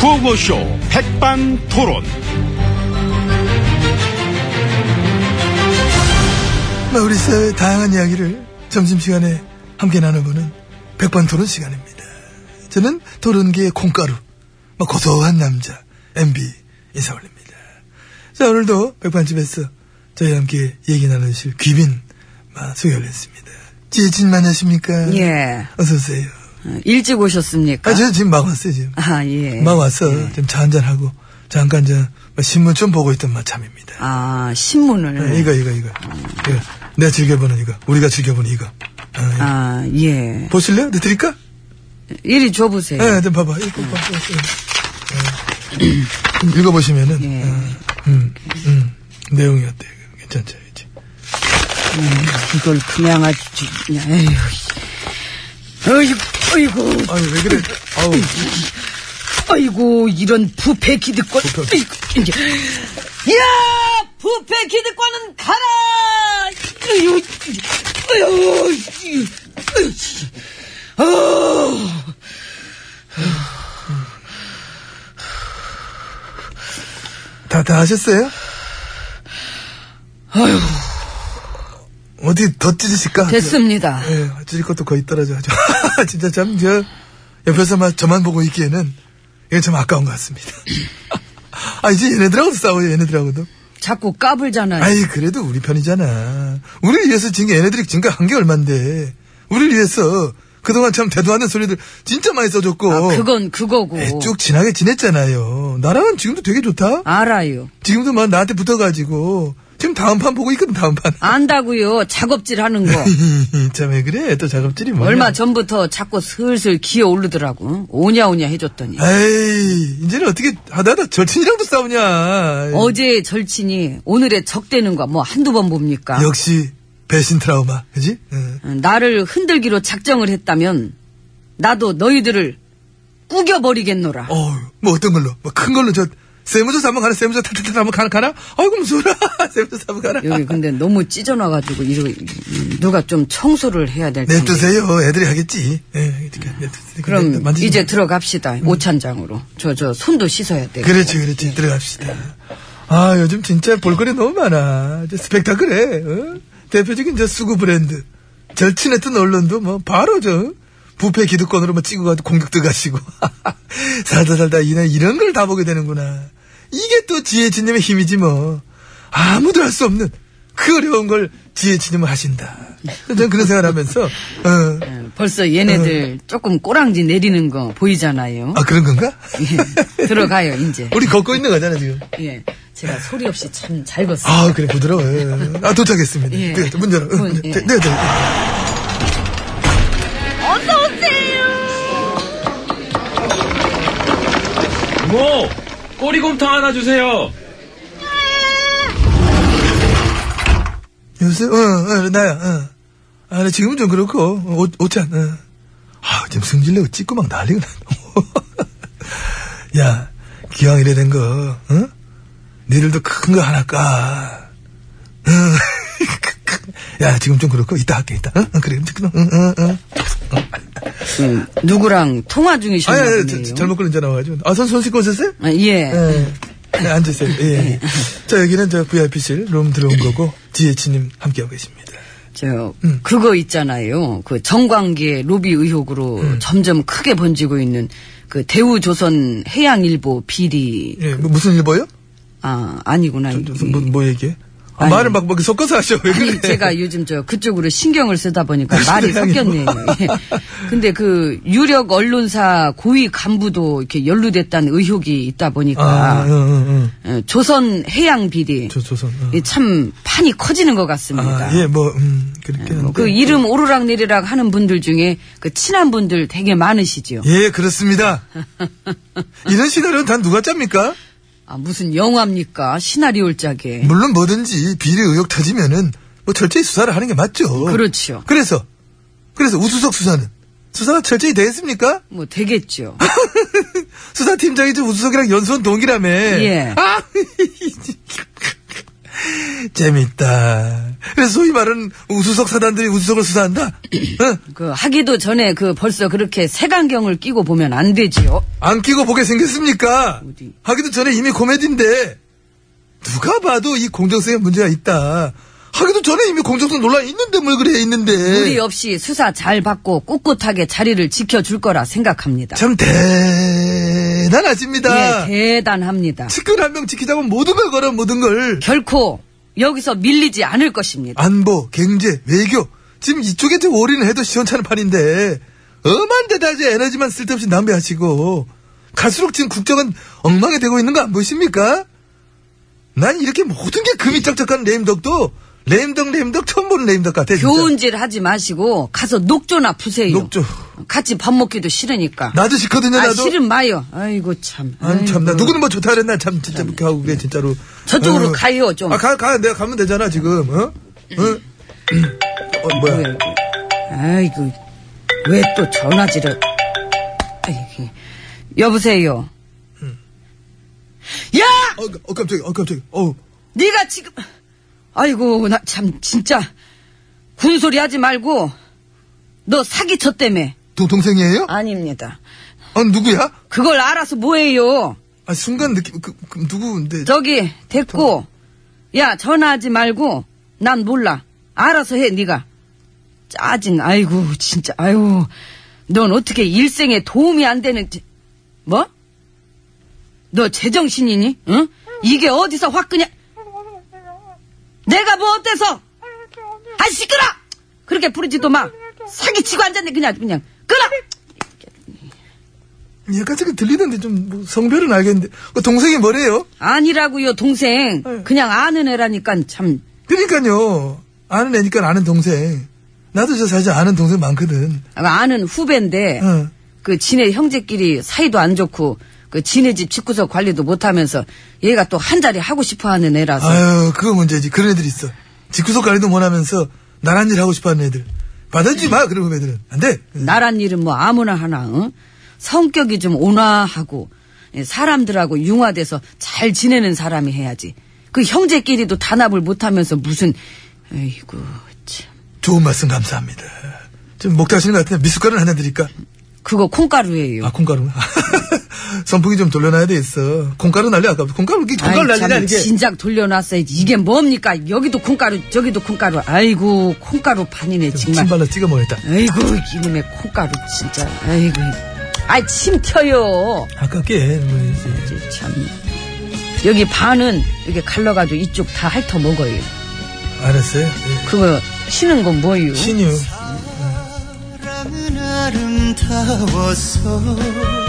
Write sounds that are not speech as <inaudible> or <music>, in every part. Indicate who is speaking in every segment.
Speaker 1: 구호쇼 백반토론.
Speaker 2: 우리 사회의 다양한 이야기를 점심시간에 함께 나눠보는 백반토론 시간입니다. 저는 토론계의 콩가루, 막 고소한 남자, MB 인사 올립니다. 자, 오늘도 백반집에서 저희와 함께 얘기 나누실 귀빈 막 소개올렸습니다. 지혜진 만나십니까?
Speaker 3: 예.
Speaker 2: 어서오세요.
Speaker 3: 어, 일찍 오셨습니까?
Speaker 2: 아, 저 지금 막 왔어요, 지금.
Speaker 3: 아, 예.
Speaker 2: 막 와서 지금 차 한잔하고 잠깐 저뭐 신문 좀 보고 있던 막 참입니다.
Speaker 3: 아, 신문을.
Speaker 2: 네, 이거 이거 이거. 이거. 내가 즐겨보는 이거. 우리가 즐겨보는 이거. 어, 이거.
Speaker 3: 아, 예.
Speaker 2: 보실래요? 내 드릴까?
Speaker 3: 이리 줘보세요.
Speaker 2: 예, 좀 봐봐. 이거 봐. 예. 좀 읽어보시면은
Speaker 3: 예.
Speaker 2: 어, 음, 음, 내용이 어때? 괜찮죠, 이제.
Speaker 3: 이걸 그냥 아주, 그냥, 에휴. 어이구, 어이구,
Speaker 2: 아유 왜 그래? 아우
Speaker 3: 어이구, 이런 부패 기득권.
Speaker 2: 부패.
Speaker 3: 이고 이제. 야! 부패 기득권은 가라! 어휴, 어휴, 어휴, 어휴. 어.
Speaker 2: 다 다 하셨어요?
Speaker 3: 아유.
Speaker 2: 어디 더 찢으실까?
Speaker 3: 됐습니다.
Speaker 2: 예, 찢을 것도 거의 떨어져. 가지고 <laughs> 진짜 참 저 옆에서 막 저만 보고 있기에는 이게 참 아까운 것 같습니다. <laughs> 아 이제 얘네들하고도 싸워요, 얘네들하고도.
Speaker 3: 자꾸 까불잖아요.
Speaker 2: 아이 그래도 우리 편이잖아. 우리를 위해서 진 게 얘네들이 진 게 한 게 얼만데. 우리를 위해서 그동안 참 대도 않는 소리들 진짜 많이 써줬고.
Speaker 3: 아, 그건 그거고.
Speaker 2: 예, 쭉 진하게 지냈잖아요. 나랑은 지금도 되게 좋다.
Speaker 3: 알아요.
Speaker 2: 지금도 막 나한테 붙어가지고 지금 다음 판 보고 있거든 다음 판. <laughs>
Speaker 3: 안다고요. 작업질 하는 거.
Speaker 2: 참왜 그래? 또 작업질이 뭐야?
Speaker 3: 얼마 전부터 자꾸 슬슬 기어 오르더라고. 오냐오냐 해줬더니.
Speaker 2: 에이 이제는 어떻게 하다하다 절친이랑도 싸우냐?
Speaker 3: 어제의 절친이 오늘의 적대는 거 뭐 한두 번 봅니까?
Speaker 2: 역시 배신 트라우마, 그지? 예. 응.
Speaker 3: 어, 나를 흔들기로 작정을 했다면 나도 너희들을 꾸겨버리겠노라.
Speaker 2: 어, 뭐 어떤 걸로? 뭐 큰 걸로 저 세무조사 한번 가나? 세무조사 탈탈탈 한번 가나? 가나? 아이고 무서워라. <laughs> 세무조사 한번 가나?
Speaker 3: 여기 그 근데 너무 찢어놔가지고 이거 누가 좀 청소를 해야
Speaker 2: 네,
Speaker 3: 될 텐데.
Speaker 2: 냅두세요. 애들이 하겠지. 예, 그러니까 냅두세요.
Speaker 3: 그럼
Speaker 2: 냅두- 만지지
Speaker 3: 이제
Speaker 2: 마. 음.
Speaker 3: 들어갑시다. 오찬장으로. 저 저 손도 씻어야 돼.
Speaker 2: 그렇지, 그렇지. 들어갑시다. 아, 요즘 진짜 볼거리 너무 많아. 이제 스펙타클해. 어? 대표적인 저 수구 브랜드. 절친했던 언론도 뭐 바로 저 부패 기득권으로 뭐 찍어가지고 공격 들어가시고. <laughs> 살다 살다 이날 이런 걸 다 보게 되는구나. 이게 또 지혜진님의 힘이지 뭐. 아무도 할 수 없는 그 어려운 걸 지혜진님은 하신다. 저는 그런 생각을 하면서, 어.
Speaker 3: 예, 벌써 얘네들 조금 꼬랑지 내리는 거 보이잖아요.
Speaker 2: 아, 그런 건가?
Speaker 3: 예, 들어가요, 이제.
Speaker 2: 우리 걷고 있는 거잖아, 지금.
Speaker 3: 예. 제가 소리 없이 참 잘 걷어요.
Speaker 2: 아, 그래, 부드러워요. 아, 도착했습니다.
Speaker 3: 예.
Speaker 2: 네, 문 열어.
Speaker 3: 문,
Speaker 2: 네,
Speaker 3: 예.
Speaker 2: 네, 네.
Speaker 4: 뭐 꼬리곰탕 하나 주세요.
Speaker 2: 여보세요? 어, 어, 나야, 어. 아, 나 지금은 좀 그렇고, 어, 옷, 옷찬, 어. 아, 지금 승질내고 찍고 막 난리가 나. <laughs> 야, 기왕 이래 된 거, 어? 니들도 큰 거 하나 까. 어. <laughs> 야, 지금 좀 그렇고, 이따 할게, 이따. 어, 어, 그래, 응, 응, 응.
Speaker 3: 음, 누구랑 통화
Speaker 2: 아,
Speaker 3: 중이셨나요?
Speaker 2: 야, 야, 저- 저 잘못 걸린 전화 와가지고. 아, 선, 손 씻고 오셨어요?
Speaker 3: 아, 예.
Speaker 2: 예. 네, 앉으세요. 예, 예. 자, 여기는 저 VIP실 룸 들어온
Speaker 3: 네.
Speaker 2: 거고, GH님 함께하고 계십니다.
Speaker 3: 저,
Speaker 2: 음.
Speaker 3: 그거 있잖아요. 그 정관계 로비 의혹으로
Speaker 2: 음.
Speaker 3: 점점 크게 번지고 있는 그 대우조선 해양일보 비리.
Speaker 2: 예, 뭐 무슨 일 보여?
Speaker 3: 아, 아니구나.
Speaker 2: 저, 저,
Speaker 3: 이게.
Speaker 2: 뭐, 뭐 얘기해? 아,
Speaker 3: 아니.
Speaker 2: 말을 막, 막 섞어서 하셔. 왜 그래?
Speaker 3: 아니, 제가 요즘 저 그쪽으로 신경을 쓰다 보니까
Speaker 2: 무슨
Speaker 3: 말이
Speaker 2: 소리야, 이거.
Speaker 3: 섞였네요. 예. 근데 그 유력 언론사 고위 간부도 이렇게 연루됐다는 의혹이 있다 보니까
Speaker 2: 아, 응, 응, 응.
Speaker 3: 어, 조선 해양 비리
Speaker 2: 저, 조선. 어.
Speaker 3: 이참 판이 커지는 것 같습니다.
Speaker 2: 아, 예, 뭐, 음, 그렇게.
Speaker 3: 뭐
Speaker 2: 하는데.
Speaker 3: 그 이름 오르락 내리락 하는 분들 중에 그 친한 분들 되게 많으시죠.
Speaker 2: 예, 그렇습니다. 이런 시나리오는 단 누가 짭니까?
Speaker 3: 아, 무슨 영화입니까? 시나리오를 짜게.
Speaker 2: 물론 뭐든지 비리 의혹 터지면은 뭐 철저히 수사를 하는 게 맞죠.
Speaker 3: 그렇죠.
Speaker 2: 그래서, 그래서 우수석 수사는? 수사가 철저히 되겠습니까?
Speaker 3: 뭐 되겠죠.
Speaker 2: 수사팀장이 저 우수석이랑 연수원 아, 동기라며.
Speaker 3: 예.
Speaker 2: 아! <laughs> 재밌다. 그래서 소위 말하는 우수석 사단들이 우수석을 수사한다? 어? 응?
Speaker 3: 그 하기도 전에 그 벌써 그렇게 색안경을 끼고 보면 안 되지요.
Speaker 2: 안 끼고 보게 생겼습니까?
Speaker 3: 어디?
Speaker 2: 하기도 전에 이미 코미디인데 누가 봐도 이 공정성에 문제가 있다. 하기도 전에 이미 공정성 논란 있는데 뭘 그래 있는데
Speaker 3: 무리 없이 수사 잘 받고 꿋꿋하게 자리를 지켜줄 거라 생각합니다.
Speaker 2: 참 대단하십니다.
Speaker 3: 예, 대단합니다.
Speaker 2: 측근 한 명 지키자고 모든 걸 걸어 모든 걸
Speaker 3: 결코 여기서 밀리지 않을
Speaker 2: 아,
Speaker 3: 것입니다.
Speaker 2: 안보, 경제, 외교 지금 이쪽에 좀 올인을 해도 시원찮은 판인데 엄한 데다 이제 에너지만 쓸데없이 낭비하시고 갈수록 지금 국정은 엉망이 되고 있는 거 안 보십니까? 난 이렇게 모든 게 금이 쩍쩍한 레임덕도 레임덕 레임덕 처음 보는 레임덕 같아 진짜.
Speaker 3: 교훈질 하지 마시고 가서 녹조나 푸세요.
Speaker 2: 녹조.
Speaker 3: 같이 밥 먹기도 싫으니까.
Speaker 2: 나도 싫거든요
Speaker 3: 아,
Speaker 2: 나도
Speaker 3: 싫은 마요. 아이고 참.
Speaker 2: 아니 참나
Speaker 3: 아이고.
Speaker 2: 누구는 뭐 좋다 그랬나 참 진짜 그렇게 하고 그래 진짜로
Speaker 3: 저쪽으로
Speaker 2: 어.
Speaker 3: 가요, 좀.
Speaker 2: 아, 가, 가 내가 가면 되잖아 지금 어? 어?
Speaker 3: 음.
Speaker 2: 어 뭐야
Speaker 3: 아이고, 아이고 왜 또 전화질을? 아이고, 여보세요. 야,
Speaker 2: 어, 어 깜짝이야 어 깜짝이야 어
Speaker 3: 네가 지금 아이고 나 참 진짜 군소리 하지 말고 너 사기 쳤다며?
Speaker 2: 동, 동생이에요?
Speaker 3: 아닙니다.
Speaker 2: 아 누구야?
Speaker 3: 그걸 알아서 뭐해요?
Speaker 2: 아 순간 느낌 그, 그 누구인데
Speaker 3: 저기 됐고 야 전화하지 말고 난 몰라 알아서 해 네가 짜증 아이고 진짜 아유 넌 어떻게 일생에 도움이 안 되는 지- 뭐? 너 제정신이니? 응? 이게 어디서 확 그냥 내가 뭐 어때서? 아 시끄러! 그렇게 부르지도 마 사기치고 앉았네 그냥 그냥 끊어!
Speaker 2: 얘가 지금 들리던데 좀뭐 성별은 알겠는데 그 동생이 뭐래요?
Speaker 3: 아니라고요 동생 그냥 아는 애라니까 참
Speaker 2: 그러니까요 아는 애니까 아는 동생 나도 저 사실 아는 동생 많거든 어.
Speaker 3: 아는 후배인데
Speaker 2: 응.
Speaker 3: 그 지네 형제끼리 사이도 안 좋고 그 지네 집 집구석 관리도 못하면서 얘가 또 한 자리 하고 싶어하는 애라서
Speaker 2: 아유 그거 문제지 그런 애들 있어 집구석 관리도 못하면서 나란 일 하고 싶어하는 애들 받아주지 마 그런 애들은 안돼
Speaker 3: 나란 일은 뭐 아무나 하나 응? 성격이 좀 온화하고 예, 사람들하고 융화돼서 잘 지내는 사람이 해야지 그 형제끼리도 단합을 못하면서 무슨 아이고 참
Speaker 2: 좋은 말씀 감사합니다 좀 목다시는 것 같은데 미숫가루는 하나 드릴까?
Speaker 3: 그거 콩가루예요.
Speaker 2: 아 콩가루 <laughs> 선풍기 좀 돌려놔야 돼있어 콩가루 날려 아까부터 콩가루 이게 콩가루
Speaker 3: 아이, 참,
Speaker 2: 날리냐 이게
Speaker 3: 진작 돌려놨어야지 이게 뭡니까 여기도 콩가루 저기도 콩가루 아이고 콩가루 반이네 정말
Speaker 2: 침 발라 찍어 먹겠다
Speaker 3: 아이고 이놈의 콧가루 진짜 아이고 아이 침 튀어요
Speaker 2: 아깝게 뭐 이제
Speaker 3: 이제 참 여기 반은 이렇게 갈라가지고 이쪽 다 핥어 먹어요
Speaker 2: 알았어요 예.
Speaker 3: 그거 쉬는 건 뭐요
Speaker 2: 신유
Speaker 5: 사랑은 아름다워서
Speaker 2: <laughs>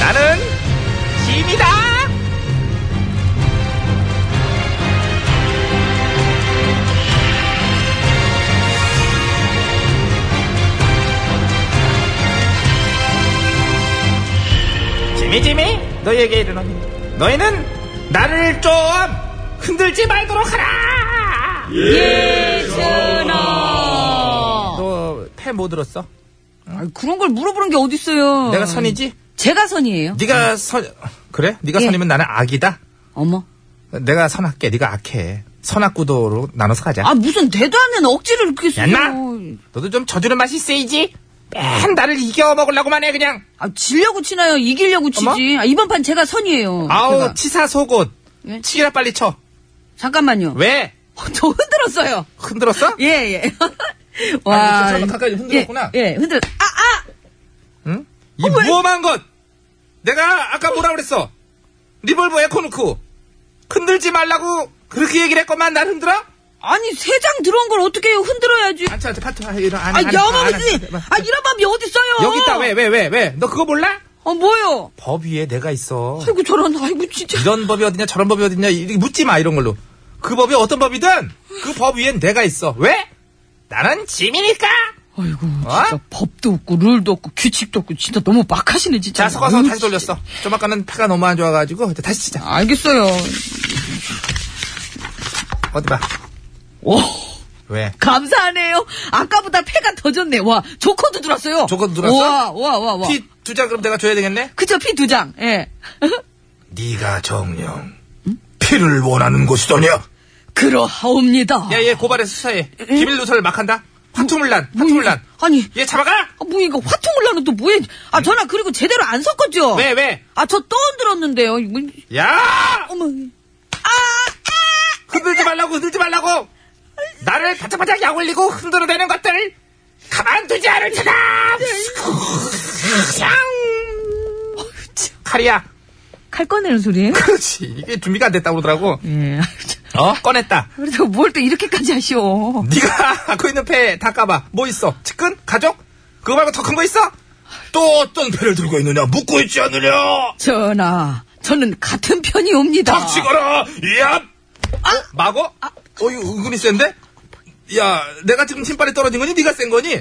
Speaker 1: 나는 짐이다. 짐이 짐이 너희에게 이르노니 너희는 나를 좀 흔들지 말도록 하라.
Speaker 3: 예전아.
Speaker 1: 너패뭐 들었어?
Speaker 3: 아, 그런 걸 물어보는 게 어딨어요.
Speaker 1: 내가 선이지? 네.
Speaker 3: 제가 선이에요.
Speaker 1: 네가 선 그래? 네가
Speaker 3: 예.
Speaker 1: 선이면 나는 악이다.
Speaker 3: 어머.
Speaker 1: 내가 선악계, 네가 악해. 선악구도로 나눠서 가자.
Speaker 3: 아, 무슨 대도 않는 억지를 이렇게 쓰
Speaker 1: 야, 인마! 너도 좀 져주는 맛이 세이지? 맨 나를 이겨 먹으려고만 해, 그냥.
Speaker 3: 아, 지려고 치나요? 이기려고 치지. 아, 이번 판 제가 선이에요.
Speaker 1: 아우,
Speaker 3: 제가.
Speaker 1: 치사 속옷.
Speaker 3: 예?
Speaker 1: 치기라 빨리 쳐.
Speaker 3: 잠깐만요. 어,
Speaker 1: 왜?
Speaker 3: 저 흔들었어요.
Speaker 1: 흔들었어?
Speaker 3: 예, 예.
Speaker 1: 아니, 아, 저처럼 가까이 흔들었구나.
Speaker 3: 예, 예, 흔들. 아, 아!
Speaker 1: 응? 이 무엄한 것! 내가 아까 뭐라 그랬어? 리볼버 에코누크. 흔들지 말라고 그렇게 얘기를 했건만 날 흔들어?
Speaker 3: 아니, 세 장 들어온 걸 어떻게 해요? 흔들어야지.
Speaker 1: 앉아, 앉아, 파트. 아, 이런, 안,
Speaker 3: 아,
Speaker 1: 안, 안, 안, 안,
Speaker 3: 영업이지.
Speaker 1: 안, 안.
Speaker 3: 아, 이런 밥이 어딨어요?
Speaker 1: 여기 있다, 왜, 왜, 왜, 왜? 너 그거 몰라?
Speaker 3: 어, 뭐요?
Speaker 1: 법 위에 내가 있어.
Speaker 3: 아이고, 저런, 아이고, 진짜.
Speaker 1: 이런 법이 어딨냐, 저런 법이 어딨냐, 이- 묻지 마, 이런 걸로. 그 법이 어떤 법이든 그 법 위엔 내가 있어. 왜? 나는 짐이니까!
Speaker 3: 아이고,
Speaker 1: 어?
Speaker 3: 진짜 법도 없고, 룰도 없고, 규칙도 없고, 진짜 너무 막하시네, 진짜.
Speaker 1: 자, 섞어서
Speaker 3: 아유,
Speaker 1: 다시 돌렸어. 좀 아까는 패가 너무 안 좋아가지고, 이제 다시 치자.
Speaker 3: 알겠어요.
Speaker 1: 어디 봐.
Speaker 3: 오,
Speaker 1: 왜?
Speaker 3: 감사하네요. 아까보다 패가 더 좋네. 와, 조커도 들었어요.
Speaker 1: 조커도 들었어?
Speaker 3: 와, 와, 와, 와.
Speaker 1: 피 두 장 그럼 내가 줘야 되겠네?
Speaker 3: 그쵸, 피 두 장. 예. <laughs>
Speaker 1: 네가 정령. 피를 원하는 곳이더냐?
Speaker 3: 그러하옵니다.
Speaker 1: 야, 얘 예, 고발해서 수사해. 기밀 누설을 막 한다? 화투물 난,
Speaker 3: 뭐,
Speaker 1: 화투물 난.
Speaker 3: 아니,
Speaker 1: 얘 잡아가!
Speaker 3: 아, 뭐 이거 화통을 나는 또 뭐해? 아, 전화 그리고 제대로 안 섞었죠?
Speaker 1: 왜, 왜?
Speaker 3: 아, 저 또 흔들었는데요. 이거,
Speaker 1: 야!
Speaker 3: 어머. 아!
Speaker 1: 흔들지 말라고, 흔들지 말라고! 나를 바짝바짝 약올리고 흔들어대는 것들! 가만두지 않을 테다! 샹! 카리야.
Speaker 3: 칼 꺼내는 소리예요?
Speaker 1: 그렇지. 이게 준비가 안 됐다고 그러더라고.
Speaker 3: 예.
Speaker 1: 어? 꺼냈다.
Speaker 3: 그래도 뭘 또 이렇게까지 하시오.
Speaker 1: <laughs> 네가 갖고 있는 패 닦아봐. 뭐 있어? 측근? 가족? 그거 말고 더 큰 거 있어? 또 어떤 패를 들고 있느냐? 묻고 있지 않느냐?
Speaker 3: 전하, 저는 같은 편이옵니다.
Speaker 1: 닥치거라! 야! 어? 마고? 어, 이거 은근히 센데? 야, 내가 지금 신발이 떨어진 거니? 네가 센 거니?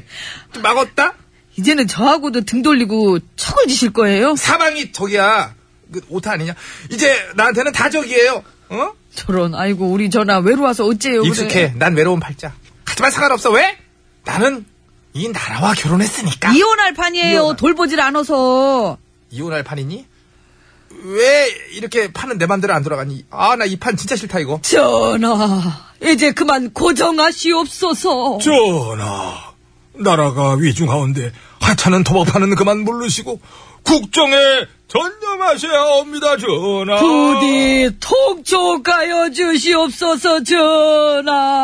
Speaker 1: 좀 막었다?
Speaker 3: 이제는 저하고도 등 돌리고 척을 지실 거예요?
Speaker 1: 사방이 저기야. 그 오타 아니냐? 이제 나한테는 다 적이에요. 어?
Speaker 3: 저런, 아이고, 우리 전하 외로워서 어째요, 그래.
Speaker 1: 익숙해. 난 외로운 팔자. 하지만 상관없어. 왜? 나는 이 나라와 결혼했으니까.
Speaker 3: 이혼할 판이에요.
Speaker 1: 이혼할.
Speaker 3: 돌보질 않아서.
Speaker 1: 이혼할 판이니? 왜 이렇게 판은 내 맘대로 안 돌아가니? 아, 나 이 판 진짜 싫다, 이거.
Speaker 3: 전하, 이제 그만 고정하시옵소서.
Speaker 1: 전하, 나라가 위중하온데 하찮은 도박판은 그만 물르시고 국정에 전념하셔야 합니다, 전하.
Speaker 3: 부디 통촉하여 주시옵소서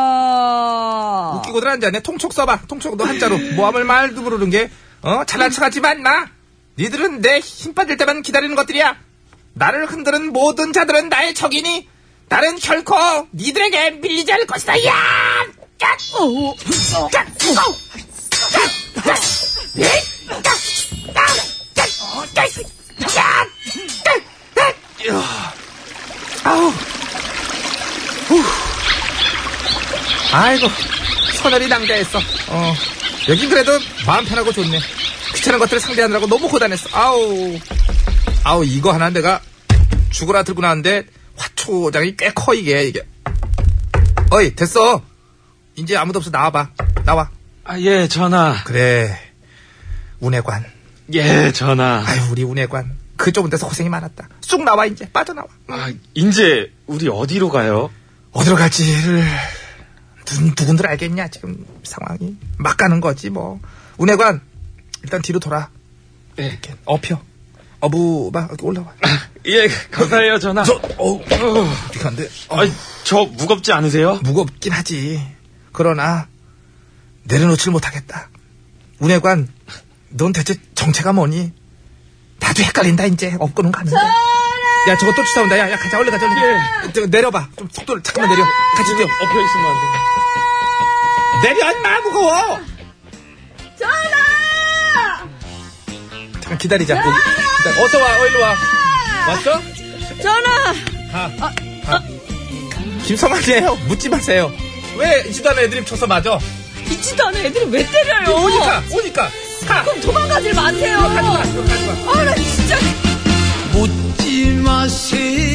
Speaker 3: 전하
Speaker 1: 웃기고들 앉아네. 통촉 써봐. 통촉 너 한자로. 모함을 말도 모르는 게. 어? 잘난 척하지만 마. 니들은 내 힘 빠질 때만 기다리는 것들이야. 나를 흔드는 모든 자들은 나의 적이니 나는 결코 니들에게 밀리지 않을 것이다. 야! 야!
Speaker 3: 어우,
Speaker 1: 야! 어! 야! 야! 예? 야! 야! 야! 야! 야! 야! 야! 아우. 후. 아이고, 서늘이 낭자했어. 어. 여긴 그래도 마음 편하고 좋네. 귀찮은 것들을 상대하느라고 너무 고단했어. 아우. 아우, 이거 하나 내가 죽어라 들고 나왔는데 화초장이 꽤 커, 이게, 이게. 어이, 됐어. 이제 아무도 없어. 나와봐. 나와.
Speaker 4: 아, 예, 전하.
Speaker 1: 그래. 운해관.
Speaker 4: 예, 전하.
Speaker 1: 아유, 우리 운해관. 그 좁은 데서 고생이 많았다. 쑥 나와, 이제. 빠져나와.
Speaker 4: 아, 이제 우리 어디로 가요?
Speaker 1: 어디로 갈지를 눈 누군들 알겠냐 지금 상황이 막 가는 거지 뭐 운해관 일단 뒤로 돌아
Speaker 4: 예,
Speaker 1: 이렇게 업혀 어부바 이렇게 올라와
Speaker 4: <laughs> 예 감사해요, 전하.
Speaker 1: 아, 저 어우
Speaker 4: 어휴,
Speaker 1: 어떻게 안돼
Speaker 4: 아니, 저 무겁지 않으세요?
Speaker 1: 무겁긴 하지 그러나 내려놓질 못하겠다 운해관 넌 대체 정체가 뭐니 나도 헷갈린다 이제 업고는 가는데 야 저거 또 추사온다 야, 야 가자 얼른 가자 얼른 저, 내려봐 좀 속도를 잠깐만 내려 같이 뛰어
Speaker 4: 엎여 있으면 안 돼.
Speaker 1: 내려 인마 무거워
Speaker 3: 전하
Speaker 1: 잠깐 기다리자. 거기. 기다려. 어서 와, 어, 일로 와. 왔어?
Speaker 3: 전하
Speaker 1: 가. 가. 김성환이에요. 묻지 마세요. 왜 이주단 애드립 쳐서 맞아?
Speaker 3: 있지도 않은 애들이 왜 때려요
Speaker 1: 오니까, 오니까. 가.
Speaker 3: 그럼
Speaker 1: 아,
Speaker 3: 도망가질 마세요
Speaker 1: 가지 마, 가지 마.
Speaker 3: 아 나 진짜
Speaker 5: 묻지 마세요.